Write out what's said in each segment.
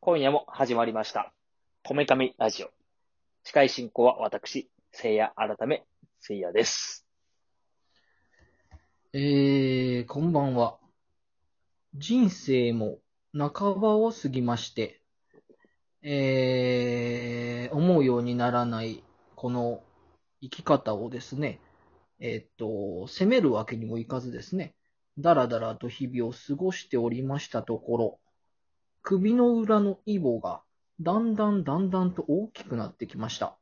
今夜も始まりました。こめかみラジオ。司会進行は私、せいや改め、せいやです。えー、こんばんは。人生も半ばを過ぎまして、えー、思うようにならないこの生き方をですね、えーっと、責めるわけにもいかずですね、だらだらと日々を過ごしておりましたところ、首の裏のイボがだんだんだんだんと大きくなってきました。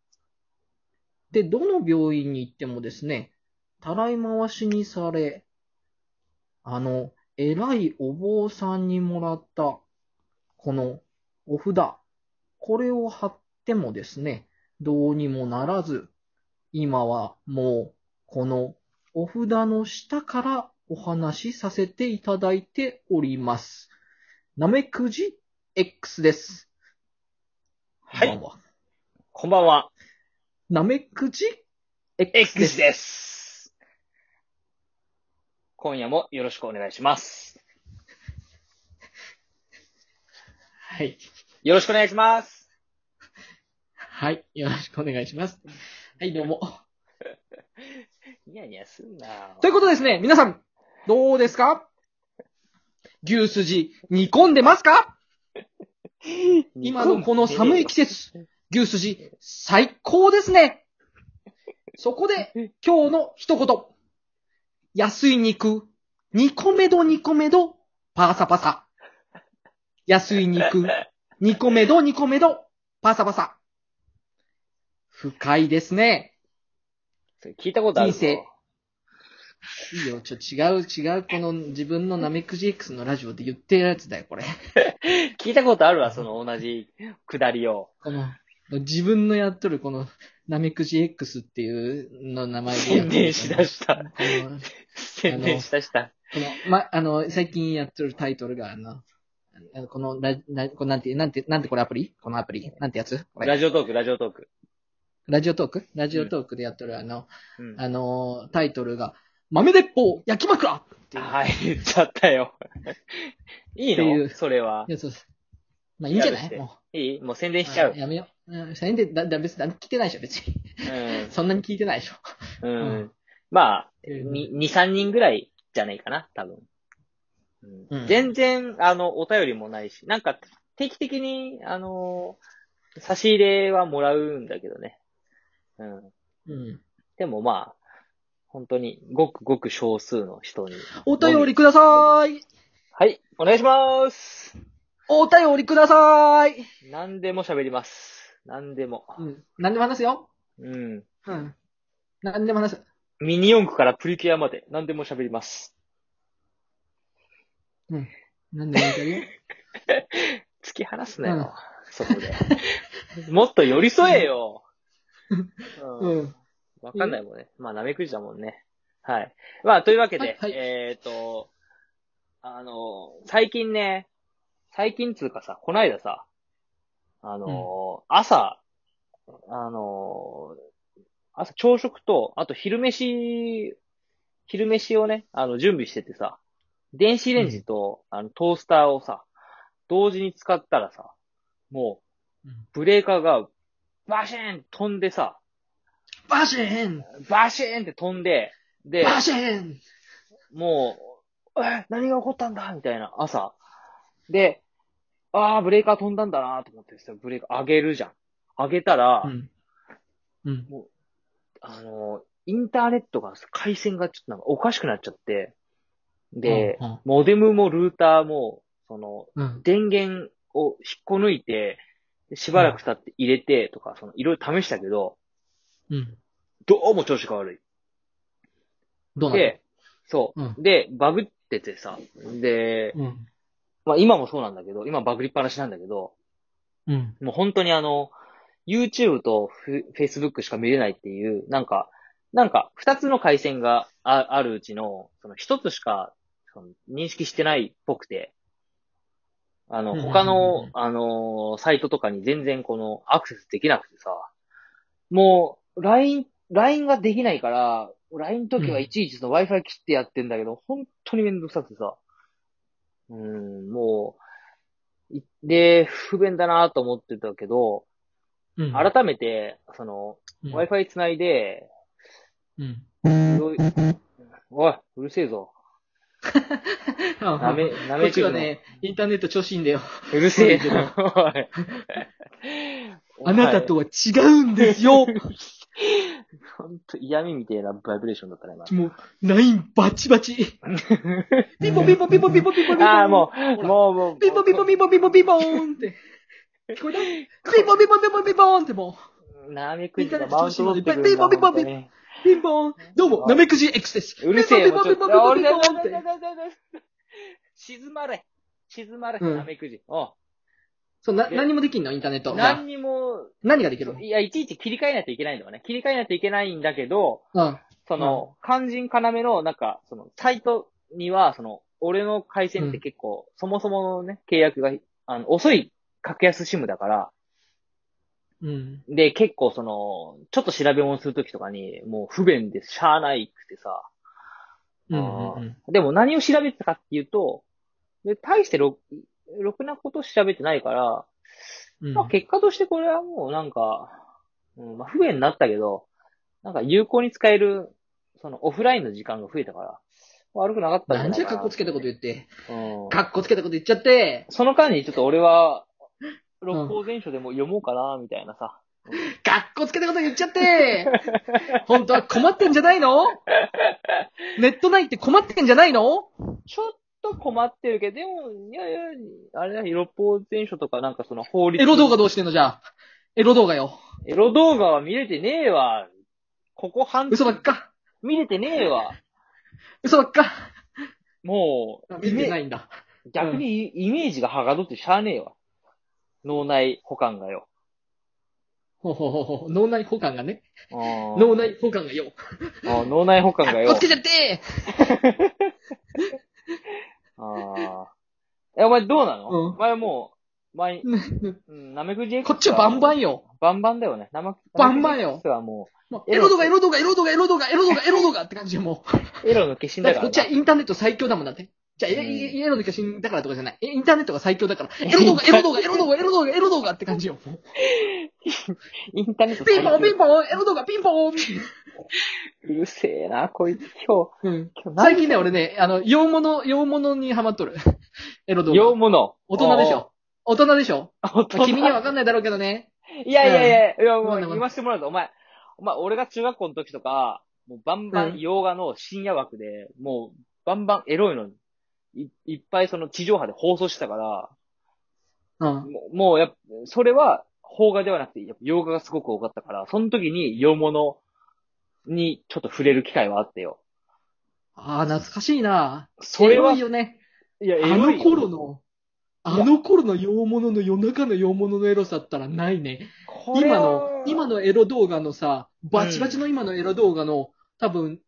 で、どの病院に行ってもですね、たらい回しにされ、あの、偉いお坊さんにもらった、このお札、これを貼ってもですね、どうにもならず、今はもう、このお札の下からお話しさせていただいております。なめくじ X です。はいこんばんは。こんばんは、なめくじ X で X す。です。今夜もよろしくお願いします。はい。よろしくお願いします。はい。よろしくお願いします。はい、どうも。ニヤニヤすんなということですね、皆さん、どうですか牛すじ、煮込んでますか今のこの寒い季節、牛すじ、最高ですねそこで、今日の一言。安い肉、煮込めど煮込めど、パサパサ。安い肉、煮込めど煮込めど、パサパサ。深いですね。それ聞いたことあるぞ人生いいよ、ちょ、違う違う、この自分のナメクジ X のラジオで言ってるやつだよ、これ。聞いたことあるわ、その同じ下りを。この、自分のやっとるこのナメクジ X っていうの名前でやっ宣てる伝こしだした。の、こ宣伝しだした。の、ま、あの、最近やっとるタイトルが、あの、あのこのラ、な、これなんて、なんて、なんてこれアプリこのアプリなんてやつこれラジオトーク、ラジオトーク。ラジオトークラジオトークでやっとるあの、うんあの、タイトルが、豆鉄砲焼き枕っていう。はい、言っちゃったよ。 いいっていのう。それはいや、そうです。まあ、いいんじゃなやるいもう。いいもう宣伝しちゃうあ。やめよう。うん、宣伝、だ、だ、別に、だ、聞いてないでしょ、別に。そんなに聞いてないでしょ。うん。う。うんまあ、うんに、2、3人ぐらいじゃないかな、多分。う、うんん全然、あの、お便りもないし、なんか、定期的に、あのー差し入れはもらうんだけどね。うん。うん。でもまあ、本当に、ごくごく少数の人に。お便りくださーいはい、お願いしますお便りくださーい何でも喋ります。何でも。うん。何でも話すよ。うん。うん。何でも話す。ミニ四駆からプリキュアまで何でも喋ります。うん。何でもいけるよ。突き放すなよ。そこで。もっと寄り添えよ。ううんん。わかんないもんね。まあ、なめくじだもんね。はい。まあ、というわけで、はいはいえっ、と、あの、最近ね、最近つうかさ、こないださ、あの、朝、あの、朝朝食と、あと昼飯、昼飯をね、あの、準備しててさ、電子レンジと、あの、トースターをさ、同時に使ったらさ、もううん、ブレーカーが、バシーン飛んでさ、バシーンバシーンって飛んで、で、バシーンもう、え、何が起こったんだみたいな、朝。で、ああ、ブレーカー飛んだんだなと思ってさ、ブレーカー上げるじゃん。上げたら、うん。うん。あの、インターネットが、回線がちょっとなんかおかしくなっちゃって、で、うんモデムもルーターも、その、うん。電源を引っこ抜いて、でしばらく経って入れてとか、その、いろいろ試したけど、うん。どうも調子が悪い。どうなるで、そう。うで、バグっててさ、で、うん。まあ今もそうなんだけど、今バグりっぱなしなんだけど、うん。もう本当にあの、YouTube とフ Facebook しか見れないっていう、なんか、なんか、二つの回線がああるうちの、その一つしか、その認識してないっぽくて、あの、うん他うんうんうのん、あのー、サイトとかに全然この、アクセスできなくてさ、もう、LINE、LINE ができないから、LINE の時はいちいちその Wi-Fi 切ってやってんだけど、本当にめんどくさくてさ、うーん、もう、で、不便だなと思ってたけど、うん。改めて、その、うん Wi-Fi 繋いで、うん。いろいおい、うるせえぞ。な め、なこっめちてるはの。ね、インターネット調子いいんだよ。うるせえそうだ。 おいあなたとは違うんで すよ。ほんと嫌味みたいなバイブレーションだったね、今。もう、ナインバチ バチ。ピボピボピボピボピボピボ。ああ、もほう、らもう、もう。ピボピボピボピボピボーンって。聞こえたピボピボピボピボーンってもなめくじがマウント取ってくるんだピボピボ本ピボ当にう。ピンポーン。どうも、ナメクジ X です。うるせえよ。ピボピボピボピボピボーンって。沈まれ。沈まれ、うんなめくじ。おそう、な、何もできんのインターネット。うじゃあ何にも、何ができるのいや、いちいち切り替えないといけないんだよね。切り替えないといけないんだけど、うん。その、肝心要の、なんか、その、サイトには、その、俺の回線って結構、そもそものね、契約が、あの、遅い格安シムだから、うん。で、結構その、ちょっと調べ物するときとかに、もう不便でしゃあないくてさ、うんうんうん。でも何を調べてたかっていうと、で、大してろ、ろくなこと調べてないから、うんまあ結果としてこれはもうなんか、うん、まあ不便になったけど、なんか有効に使える、そのオフラインの時間が増えたから、悪くなかったなんじじゃないかゃかなっこつけたこと言って。うん。かっこつけたこと言っちゃって。その間にちょっと俺は、六甲全書でも読もうかな、みたいなさ。かっこつけたこと言っちゃ って。本当は困ってんじゃないのネットないって困ってんじゃないのちょっと困ってるけど、でも、いやいや、あれだ、六法全書とかなんかその法律。エロ動画どうしてんのじゃあ。エロ動画よ。エロ動画は見れてねえわ。ここ半嘘ばっか。見れてねえわ。嘘ばっか。もう、見てないんだ。逆にイイメージがはがどってしゃあねえわ。脳内保管がよ。ほうほうほうほう。脳内保管がね。脳脳内保管がよ。脳内保管がかっこよつ。けちゃって。あーえ、お前どうなの、うんお前もう、前、ねうん、なめくじ X こっちはバンバン。ンよ。バンバンだよね。なまバンバンよなめくじ X はももうエロ動画、エロ動画、エロ動画、エロ動画、エロ動画、エロ動画って感じよ、もう。う、エロの化身だだってかこっらちはな。インターネット最強だもんだって。じゃあ、えうんえエロの化身だからとかじゃない。えインターネットが最強だから。エロ動画、エロ動画、エロ動画、エロ動画、エロ動画って感じよ。もうインターネットピンポン、ピンンポン、エロ動画、ピンポン。うるせえな、こいつ。今うん。日、今日 最近ね、俺ね、あの、洋物、洋物にハマっとる。 エロ動用画。物。大人でしょ。大人でしょ。おー。大人君にはわかんないだろうけどね。 いやいやいや、いやごもめんうごめん言わせてもらうと、お前、お前、俺が中学校の時とか、もうバンバうんン洋画の深夜枠で、もうバンバンエロいのい、いっぱいその地上波で放送してたから、うん。もうもうやっぱ、それは邦画ではなくて、やっぱ洋画がすごく多かったから、その時に洋物にちょっと触れる機会はあったよ。ああ、懐かしいな。それエは、ロいいよね。や、エあロいのよ頃の、あの頃の洋物の夜中の洋物のエロさったらないね。これ今はの、今のエロ動画のさ、バチバチの今のエロ動画の、多分、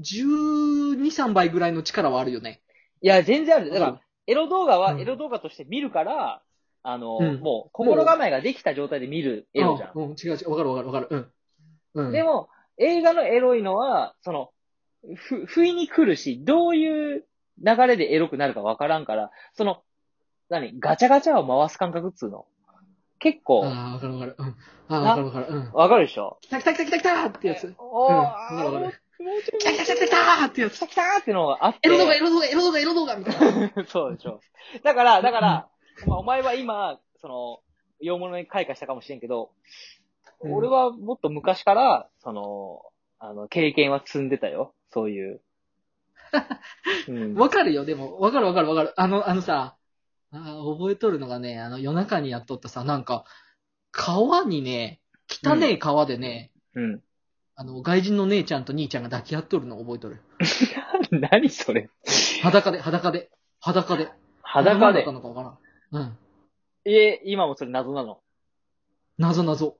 12、3倍ぐらいの力はあるよね。いや、全然ある。だから、エロ動画うはんエロ動画として見うん見るから、あの、うんもう心構えができた状態で見るエロじゃん。うん、うん違う違う。わかるわかるわかる。うん。うん。でも、映画のエロいのは、その、ふ、不意に来るし、どういう流れでエロくなるかわからんから、その、何、ガチャガチャを回す感覚っつうの。結構、わああ、わかるわかる。うん。ああ、わかるわかる。うん。かるでしょ来た来た来た来た来たってやつ。来おー、うんあーわかるわかるもうもうちょいた来た来た来た来たってや来つ。た来たーってのがあって。エロ動画、エロ動画、エロ動画、エロ動画みたいな。 そうでしょ。だから、だから、まあ、お前は今、その、洋物に開花したかもしれんけど、うん俺はもっと昔から、その、あの、経験は積んでたよ。そう いう。うんわかるよ、でも、わかるわかるわかる。あの、あのさ、あー覚えとるのがね、あの、夜中にやっとったさ、なんか、川にね、汚ねえ川でね、うん。 あの、外人の姉ちゃんと兄ちゃんが抱き合っとるの覚えとる。何それ裸で、裸で、裸で。裸だっでた。のかわからん。うん。え、今もそれ謎なの。謎謎。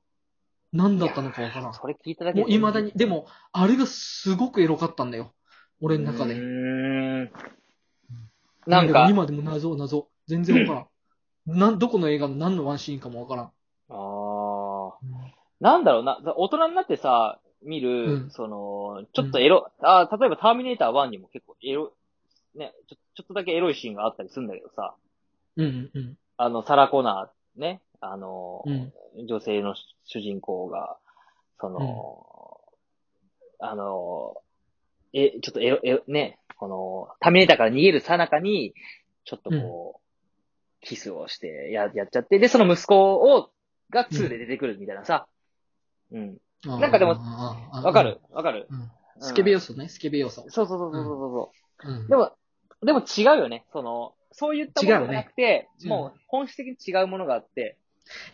何だったのかわからん。それ聞いただけもう未だに、でも、あれがすごくエロかったんだよ。俺の中うで。ーん。なんか、今でも謎謎。全然わか らん。なん、どこの映画の何のワンシーンかもわからん。あーなんだろうな、大人になってさ、見る、うんその、ちょっとエロ、ああ、例えばターミネーター1にも結構エロ、ね、ちょちょっとだけエロいシーンがあったりするんだけどさ、うんうん。あの、サラコナー、ね、あの、うん女性の主人公が、その、あの、え、ちょっとエロ、エロ、ね、この、ためれたから逃げるさなかに、ちょっとこう、キスをして、や、やっちゃって、で、その息子を、が2で出てくるみたいなさ。うん。なんかでもあわ、かるわかる、うんうんスケベ要素ね、スケベ要素。そうそうそうそうそうそう。うんでも、でも違うよね。その、そういったものじゃなくて、違うねうんもう本質的に違うものがあって、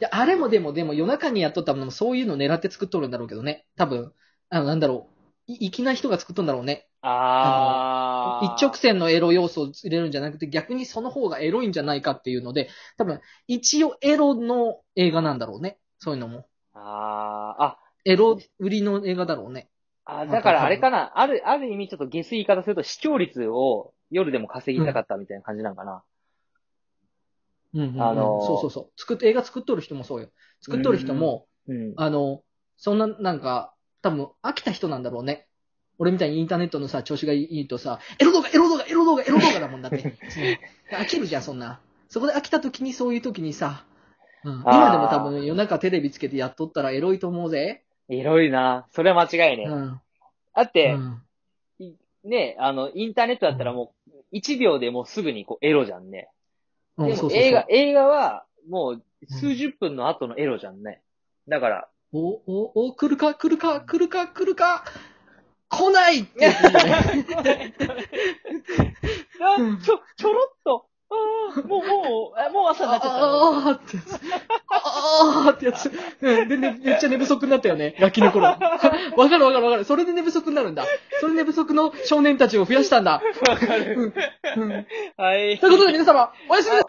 いや、あれもでもでも夜中にやっとったものもそういうの狙って作っとるんだろうけどね。多分、あの、なんだろう。い粋な人が作っとんだろうね。あー。一直線のエロ要素を入れるんじゃなくて、逆にその方がエロいんじゃないかっていうので、多分、一応エロの映画なんだろうね。そういうのも。あー。あ、エロ売りの映画だろうね。あ、だからあれかな。ある、ある意味ちょっと下水言い方すると視聴率を夜でも稼ぎたかったみたいな感じなんかな。うんうんうん、あのーそうそうそう。作って、映画作っとる人もそうよ。作っとる人も、うん。あの、そんな、なんか、多分、飽きた人なんだろうね。俺みたいにインターネットのさ、調子がいいとさ、エロ動画、エロ動画、エロ動画、エロ動画だもん だって。そう飽きるじゃん、そんな。そこで飽きた時に、そういう時にさ、うん、あー今でも多分夜中テレビつけてやっとったらエロいと思うぜ。いろいろな。それは間違いねうえ。ん。だっうて、ん。ね、あの、インターネットだったらもう、1秒でもうすぐにこうエロじゃんね。うんでそうそもうそう映画、映画はもう数十分の後のエロじゃんね。だから、 お、お、お、来るか、来るか、来るか、来るか、来ないって言ってるよねあちょ、ちょろっと。あーもう、もう、あもう朝になっちゃったの。ああーってやつ。ああってやつ。うんで、ね、めっちゃ寝不足になったよね。ガキの頃。 わかるわかるわかる。それで寝不足になるんだ。それで寝不足の少年たちを増やしたんだ。わかる。うん。というはい。ことで皆様、おやすみなさい